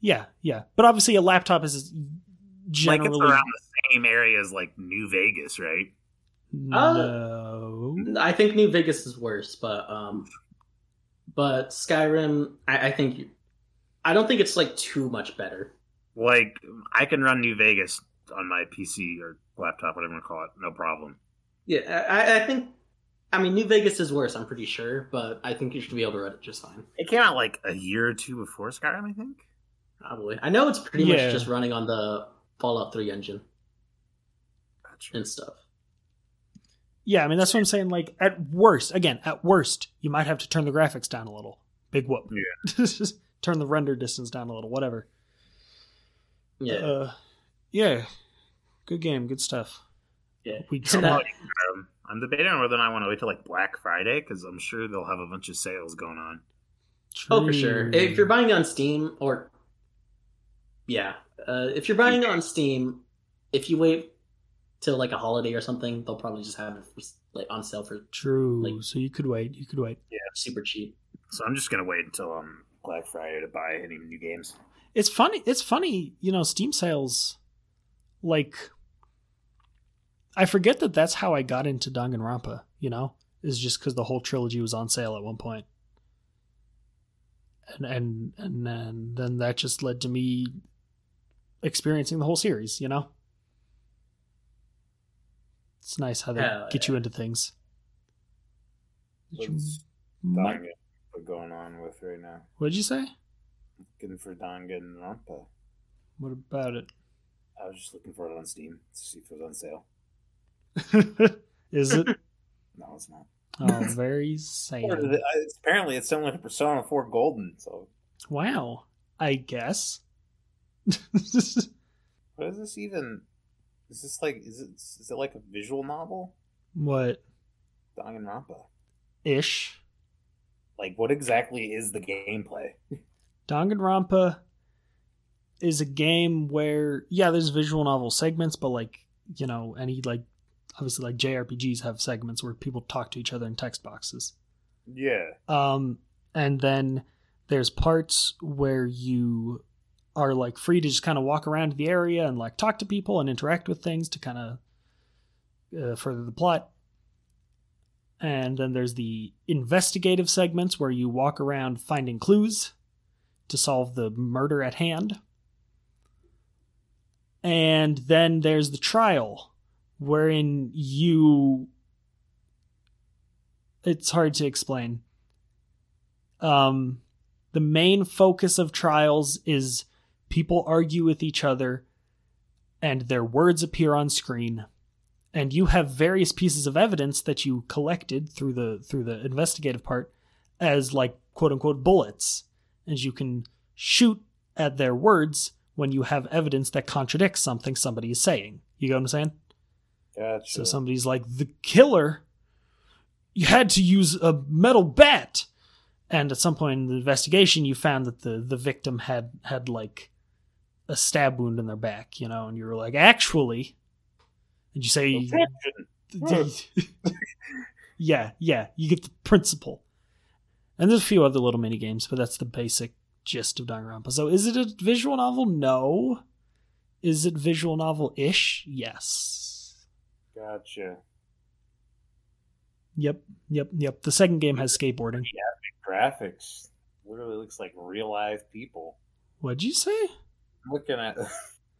yeah, yeah. But obviously a laptop is
like it's
generally
around the same area as like New Vegas, right? Uh,
no.
I think New Vegas is worse, but um, but Skyrim, I, I think, I don't think it's like too much better.
Like I can run New Vegas on my PC or laptop, whatever you want to call it, no problem.
Yeah, I, I think. I mean, New Vegas is worse. I'm pretty sure, but I think you should be able to run it just fine.
It came out like a year or two before Skyrim, I think.
Probably. I know it's pretty
Yeah.
much just running on the Fallout 3 engine
Gotcha.
and stuff.
Yeah, I mean that's what I'm saying. Like at worst, again, at worst, you might have to turn the graphics down a little. Big whoop. Yeah. turn the render distance down a little. Whatever.
Yeah.
Uh, yeah. Good game. Good stuff.
Yeah.
We
So
tried-
that-
Um, I'm debating on whether or not I want to wait till like Black Friday because I'm sure they'll have a bunch of sales going on.
oh, for sure.
tried-
If you're buying it on Steam or. Yeah. Uh, if you're buying it on Steam, if you wait till like a holiday or something, they'll probably just have it for, like on sale for
true,
like-
so you could wait. You could wait.
super cheap.
So I'm just gonna wait until um Black Friday to buy any new games.
It's funny. It's funny. You know, Steam sales. Like, I forget that that's how I got into Danganronpa. You know, is just because the whole trilogy was on sale at one point. And and and then, then that just led to me experiencing the whole series. You know. It's nice how they
Hell
get you into things.
What's
What
Dangan going on with right now?
did you say?
Looking for Danganronpa.
What about it?
I was just looking for it on Steam to see if it was on sale.
Is it?
No, it's not.
Oh, very sad.
It's- apparently, it's similar to Persona 4 Golden. So,
Wow. I guess.
what is this even? Is this like is it is it like a visual novel?
what
Danganronpa.
ish?
Like, what exactly is the gameplay?
Danganronpa is a game where yeah, there's visual novel segments, but like you know, any like obviously like JRPGs have segments where people talk to each other in text boxes.
Yeah,
Um, and then there's parts where you are like free to just kind of walk around the area and like talk to people and interact with things to kind of uh, further the plot. And then there's the investigative segments where you walk around finding clues to solve the murder at hand. And then there's the trial, wherein you. It's hard to explain um, the main focus of trials is people argue with each other and their words appear on screen and you have various pieces of evidence that you collected through the through the investigative part as like quote unquote bullets and you can shoot at their words when you have evidence that contradicts something somebody is saying you get what i'm saying
gotcha.
so somebody's like, the killer you had to use a metal bat. And at some point in the investigation you found that the, the victim had had like a stab wound in their back, you know, and you were like, actually and you say
Objection.
yeah, yeah, you get the principle. And there's a few other little mini games, but that's the basic gist of Danganronpa. So, is it a visual novel? No. Is it visual novel ish? Yes.
Gotcha.
Yep, yep, yep. The second game has skateboarding.
Graphics literally looks like real live people.
What'd you say?
I'm looking at.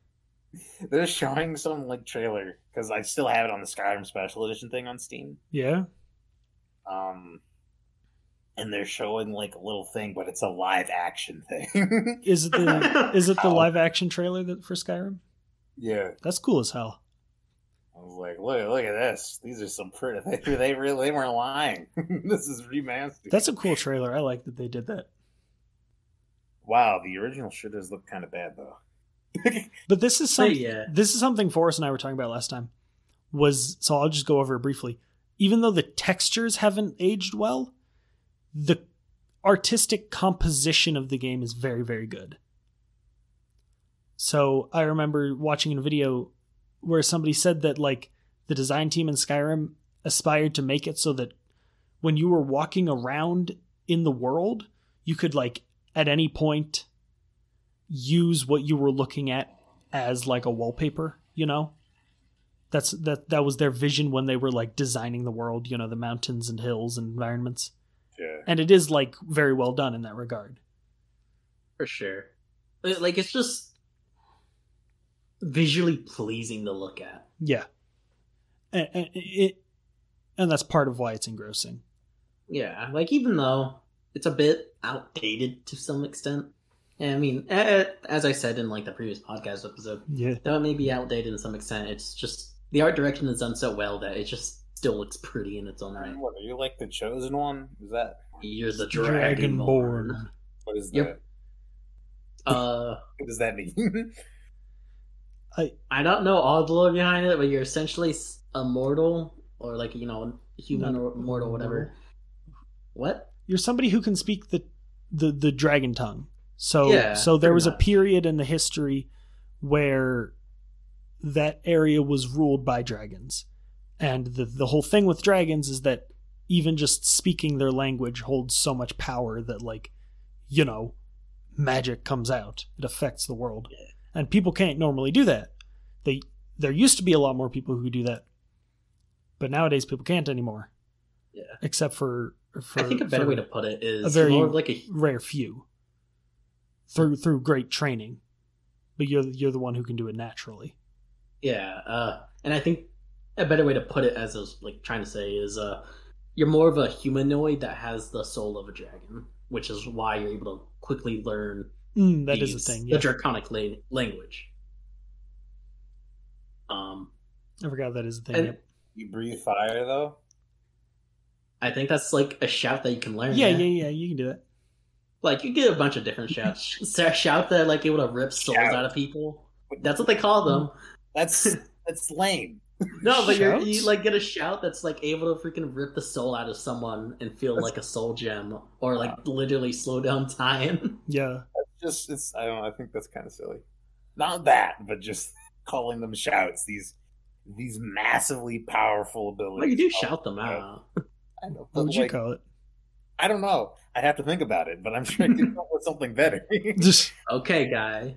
They're showing some like trailer because I still have it on the Skyrim Special Edition thing on Steam.
Yeah.
Um, and they're showing like a little thing, but it's a live action thing.
Is it the is it the live action trailer that, for Skyrim?
yeah,
That's cool as hell.
I was like, look, look at this. These are some pretty. They, they really they weren't lying. this is remastered.
That's a cool trailer. I like that they did that.
wow. The original sure does look kind of bad though.
But this is
But
something
yeah,
this is something Forrest and I were talking about last time. Was so I'll just go over it briefly. Even though the textures haven't aged well, the artistic composition of the game is very, very good. So I remember watching a video where somebody said that like the design team in Skyrim aspired to make it so that when you were walking around in the world, you could like at any point use what you were looking at as like a wallpaper, you know? That's that that was their vision when they were like designing the world, you know, the mountains and hills and environments.
Yeah.
And it is like very well done in that regard.
for sure. But, Like it's just visually pleasing to look at.
Yeah. And, and it and that's part of why it's engrossing.
Yeah, like even though it's a bit outdated to some extent. I mean, eh, as I said in like the previous podcast episode,
Yeah.
though it may be outdated to some extent, it's just the art direction is done so well that it just still looks pretty in its own right.
What are you like the chosen one? Is that
You're the
Dragonborn.
Dragonborn.
what is that?
Yep. Uh,
What does that mean?
I don't know all the lore behind it, but you're essentially s- a mortal or like you know human
Not-
or mortal, whatever. What?
You're somebody who can speak the the, the dragon tongue. So
Yeah,
so there
pretty
was a
much.
period in the history where that area was ruled by dragons. And the the whole thing with dragons is that even just speaking their language holds so much power that like you know magic comes out. It affects the world. And people can't normally do that. They there used to be a lot more people who do that. But nowadays people can't anymore.
Yeah.
Except for, for
I think a better
for-
way to put it is
a very-
more of like a
rare few through through great training but you're you're the one who can do it naturally
Yeah, uh, and I think a better way to put it, as I was like trying to say, is uh, you're more of a humanoid that has the soul of a dragon, which is why you're able to quickly learn
mm, that is
these-
a thing
the
yeah.
draconic la- language. Um,
i forgot that is a thing
and
yep.
You breathe fire though.
I think that's like a shout that you can learn.
yeah yeah yeah you can do that
Like you get a bunch of different shouts. Sh- shout that like able to rip souls
Shout.
out of people. That's what they call them.
That's that's lame.
No, but you're, you
Shouts?
like get a shout that's like able to freaking rip the soul out of someone and feel
That's-
like a soul gem, or like literally slow down time.
yeah
Just it's I don't know, I think that's kind of silly. Not that, but just calling them shouts. These these massively powerful abilities. Oh,
Well, you do shout them out.
I know, but
what would you
like,
call it
I don't know. I'd have to think about it, but I'm sure I could come up with something better.
just
Okay, guy.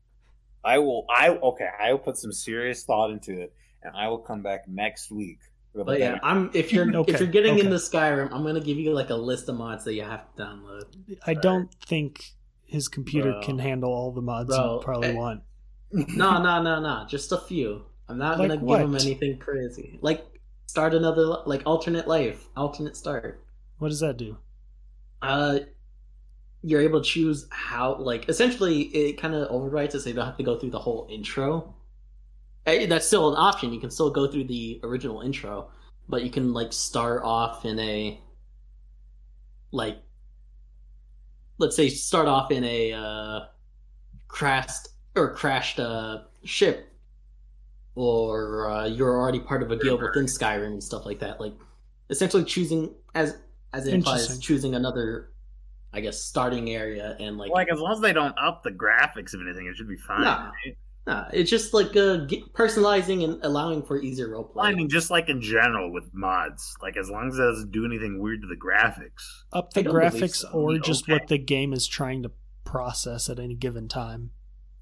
I will. I okay. I will put some serious thought into it, and I will come back next week. with a
But yeah,
better-
I'm if you're
Okay,
if you're getting
okay.
into Skyrim, I'm gonna give you like a list of mods that you have to download.
i don't think his computer
Bro.
can handle all the mods
Bro,
you probably
eh,
want
No, no, no, no. Just a few. I'm not
Like
gonna
what?
give them anything crazy. Like start another li- like alternate life, alternate start.
what does that do
Uh, you're able to choose how like essentially it kind of overrides it, so you don't have to go through the whole intro. Eh, That's still an option. You can still go through the original intro, but you can like start off in a like let's say start off in a uh crashed or crashed uh ship or uh, you're already part of a guild within Skyrim and stuff like that like essentially choosing as as it implies
Interesting.
choosing another I guess starting area and like
Like as long as they don't up the graphics of anything, it should be fine.
Nah.
right?
Nah, it's just like uh, get- personalizing and allowing for easier roleplay.
I mean, just like in general with mods, like as long as it doesn't do anything weird to the graphics.
Up the
I don't believe
graphics
so.
or
Okay.
just what the game is trying to process at any given time.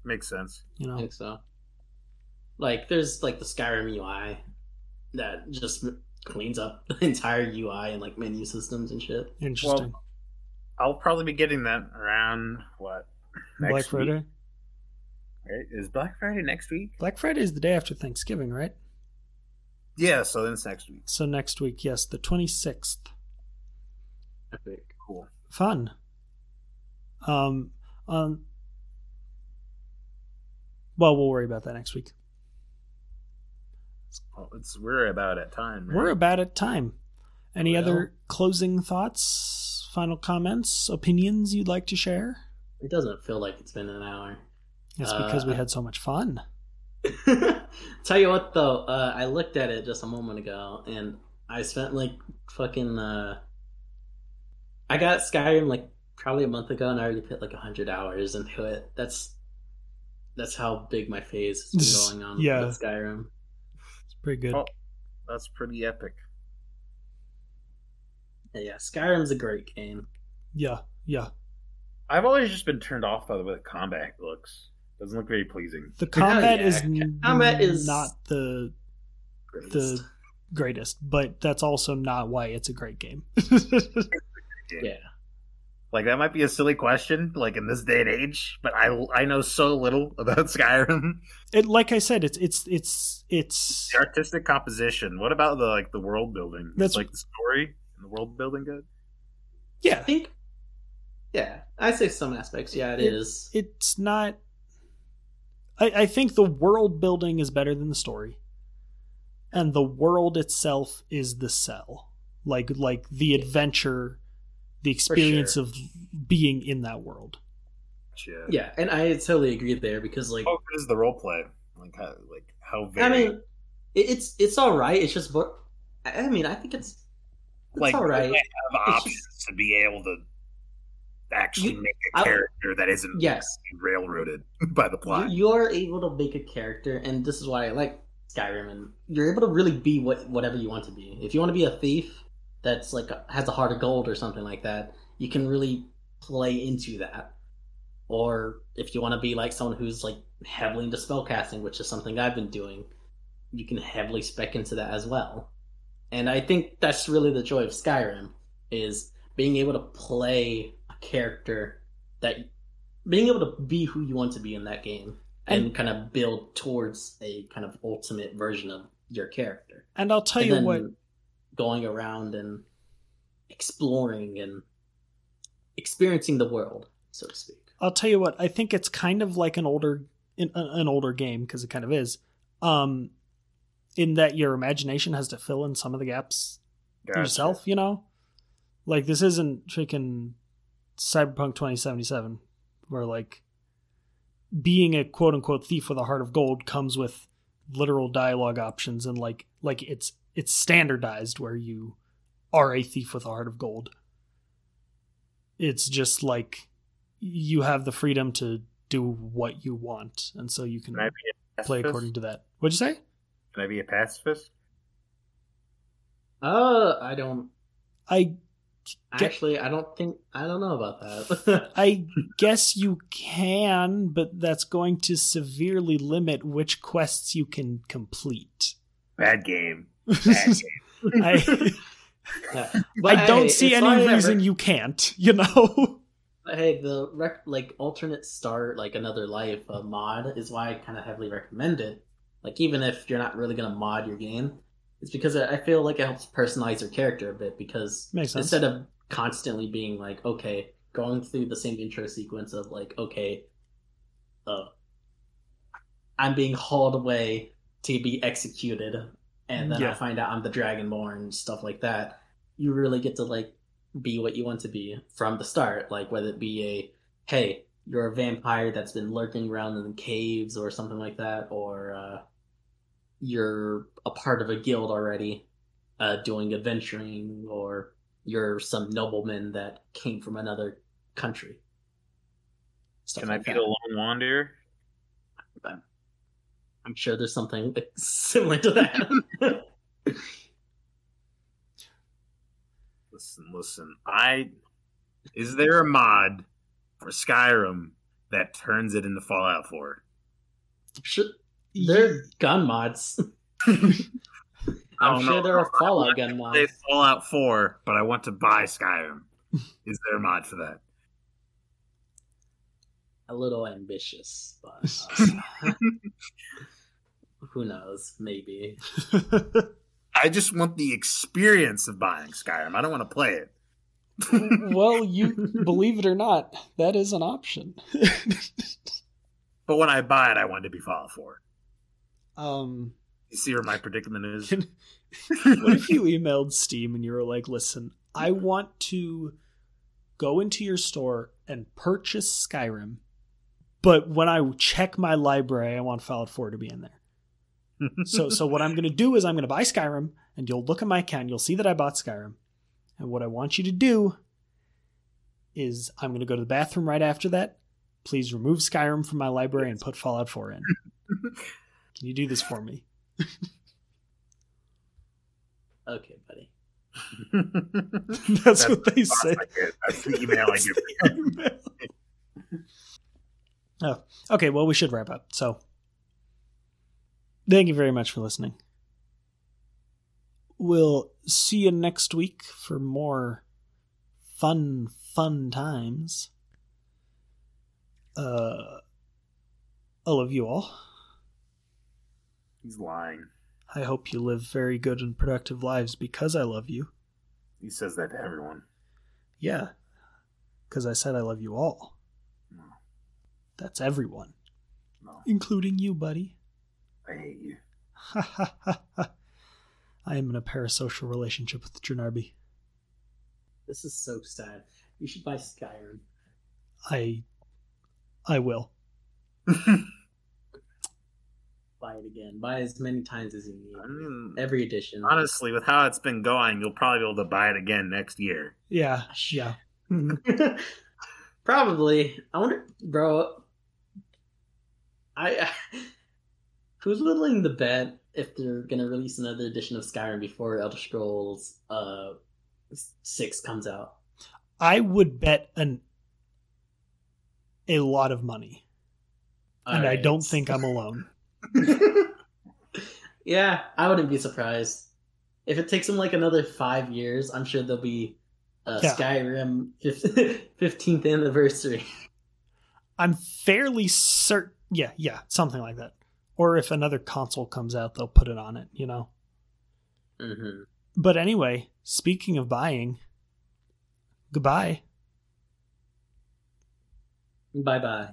Makes sense.
You
I
know,
think so. Like, there's like the Skyrim UI that just cleans up the entire UI and like menu systems and shit.
interesting.
I'll probably be getting that around what
Black
next
Friday.
Week, right? Is Black Friday next week?
Black Friday is the day after Thanksgiving, right?
Yeah, so then it's next week.
So next week, yes, the 26th.
I think.
Cool.
Fun. Um, um, well, we'll worry about that next week.
Well, it's we're about at time. right?
We're about at time. Any
Well.
other closing thoughts, final comments, opinions you'd like to share?
It doesn't feel like it's been an hour.
It's because we
Uh,
had so much fun.
Tell you what though, uh, I looked at it just a moment ago and I spent like fucking. Uh, I got Skyrim like probably a month ago and I already put like hundred hours into it. That's that's how big my phase has been going on
Yeah.
with Skyrim.
It's pretty good.
Well, That's pretty epic.
Yeah, yeah, Skyrim's a great game.
Yeah, yeah.
I've always just been turned off by the way the combat looks. Doesn't look very pleasing.
The combat
yeah.
is n-
Combat is-
not the
Greatest.
the greatest, but that's also not why it's a great game.
yeah.
Like that might be a silly question, like in this day and age, but I I know so little about Skyrim.
it, like I said, it's it's it's it's
The artistic composition. What about the like the world building?
That's-
That's like the story and the world building good.
I
yeah.
think. Yeah, I say some aspects. Yeah, it
It-
is.
It's not. I, I think the world building is better than the story, and the world itself is the sell. Like like the adventure, the experience of being in that world.
Yeah.
yeah, and I totally agree there because like
What is the role play? Like how like how very
I mean, it, it's it's all right. It's just what I I mean. I think it's it's
like
all right.
they have
It's
options to be able to actually
You-
make
I-
a character that isn't
Yes,
railroaded by the plot.
you, you're able to make a character, and this is why I like Skyrim. And you're able to really be what whatever you want to be. If you want to be a thief, that's like has a heart of gold or something like that. You can really play into that. Or if you want to be like someone who's like heavily into spellcasting, which is something I've been doing, you can heavily spec into that as well. And I think that's really the joy of Skyrim is being able to play a character that being able to be who you want to be in that game and,
And-
kind of build towards a kind of ultimate version of your character.
And I'll tell
and
you
then
what.
going around and exploring and experiencing the world, so to speak.
I'll tell you what. I think it's kind of like an older an, an older game because it kind of is. Um, in that your imagination has to fill in some of the gaps
Gotcha.
yourself, you know? Like this isn't freaking Cyberpunk 2077 where like being a quote unquote thief with a heart of gold comes with literal dialogue options and like like it's it's standardized where you are a thief with a heart of gold. It's just like you have the freedom to do what you want and so you can
Can I be a
play
pacifist?
according to that. What'd you say?
Can I be a pacifist?
Uh, I don't
I Get-
actually. I don't think I don't know about that.
I guess you can, but that's going to severely limit which quests you can complete.
Bad game. Bad game.
I,
Yeah.
I don't
hey,
see
as long
any
as I
reason
rec-
you can't, you know?
but Hey, the rec- like alternate start like another life uh, mod is why I kind of heavily recommend it. Like even if you're not really gonna mod your game, it's because I I feel like it helps personalize your character a bit because
Makes sense.
instead of constantly being like okay going through the same intro sequence of like okay uh, i'm being hauled away to be executed and then
Yeah.
i find out i'm the dragonborn stuff like that you really get to like be what you want to be from the start like whether it be a hey you're a vampire that's been lurking around in the caves or something like that or uh, you're a part of a guild already uh, doing adventuring or you're some nobleman that came from another country. Stuff
Can I
like
be
that.
the lone wanderer?
I'm sure there's something similar to that.
listen, listen. I is there a mod for Skyrim that turns it into Fallout 4?
Sure, they're gun mods. I'm
don't
sure
know.
there are Fallout gun
They
mods.
Fallout 4, but I want to buy Skyrim. Is there a mod for that?
A little ambitious, but uh, who knows? Maybe.
I just want the experience of buying Skyrim. I don't want to play it.
well, you believe it or not, that is an option.
But when I buy it, I want it to be Fallout 4.
um,
You see where my predicament is?
Can- what if you emailed Steam and you were like, listen, I want to go into your store and purchase Skyrim, but when I check my library, I want Fallout 4 to be in there. So, so what I'm going to do is I'm going to buy Skyrim, and you'll look at my account, you'll see that I bought Skyrim. And what I want you to do is I'm going to go to the bathroom right after that. Please remove Skyrim from my library and put Fallout 4 in. Can you do this for me?
Okay, buddy.
That's, what they
That's
said.
like it. That's the email I get.
oh, okay. Well, we should wrap up. So, thank you very much for listening. We'll see you next week for more fun, fun times. Uh, I love you all.
He's lying.
I hope you live very good and productive lives because I love you.
He says that to everyone.
Yeah, because I said I love you all.
No.
That's everyone,
No,
including you, buddy.
I hate you.
I am in a parasocial relationship with Janarby.
This is so sad. You should buy Skyrim.
I I will.
Buy it again. Buy as many times as you
I
need.
mean,
Every edition.
honestly, with how it's been going, you'll probably be able to buy it again next year.
Yeah, yeah.
Probably. I wonder, bro. I, I- who's willing to bet if they're gonna release another edition of Skyrim before Elder Scrolls uh six comes out?
I would bet an a lot of money. and I
Alright.
don't think I'm alone.
yeah, I wouldn't be surprised if it takes them like another five years. I'm sure there'll be uh,
Yeah.
Skyrim fifteenth anniversary.
I'm fairly certain yeah, yeah, something like that. Or if another console comes out, they'll put it on it, you know.
Mm-hmm.
But anyway, speaking of buying, goodbye.
Bye bye.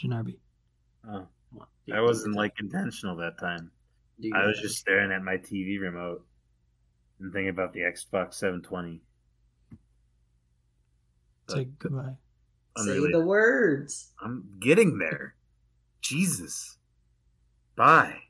Janarby.
Oh, that wasn't like intentional that time.
Do you
I was
guys-
just staring at my TV remote and thinking about the Xbox 720.
Say
But- but
goodbye.
say
unrelated.
the words.
I'm getting there. Jesus. Bye.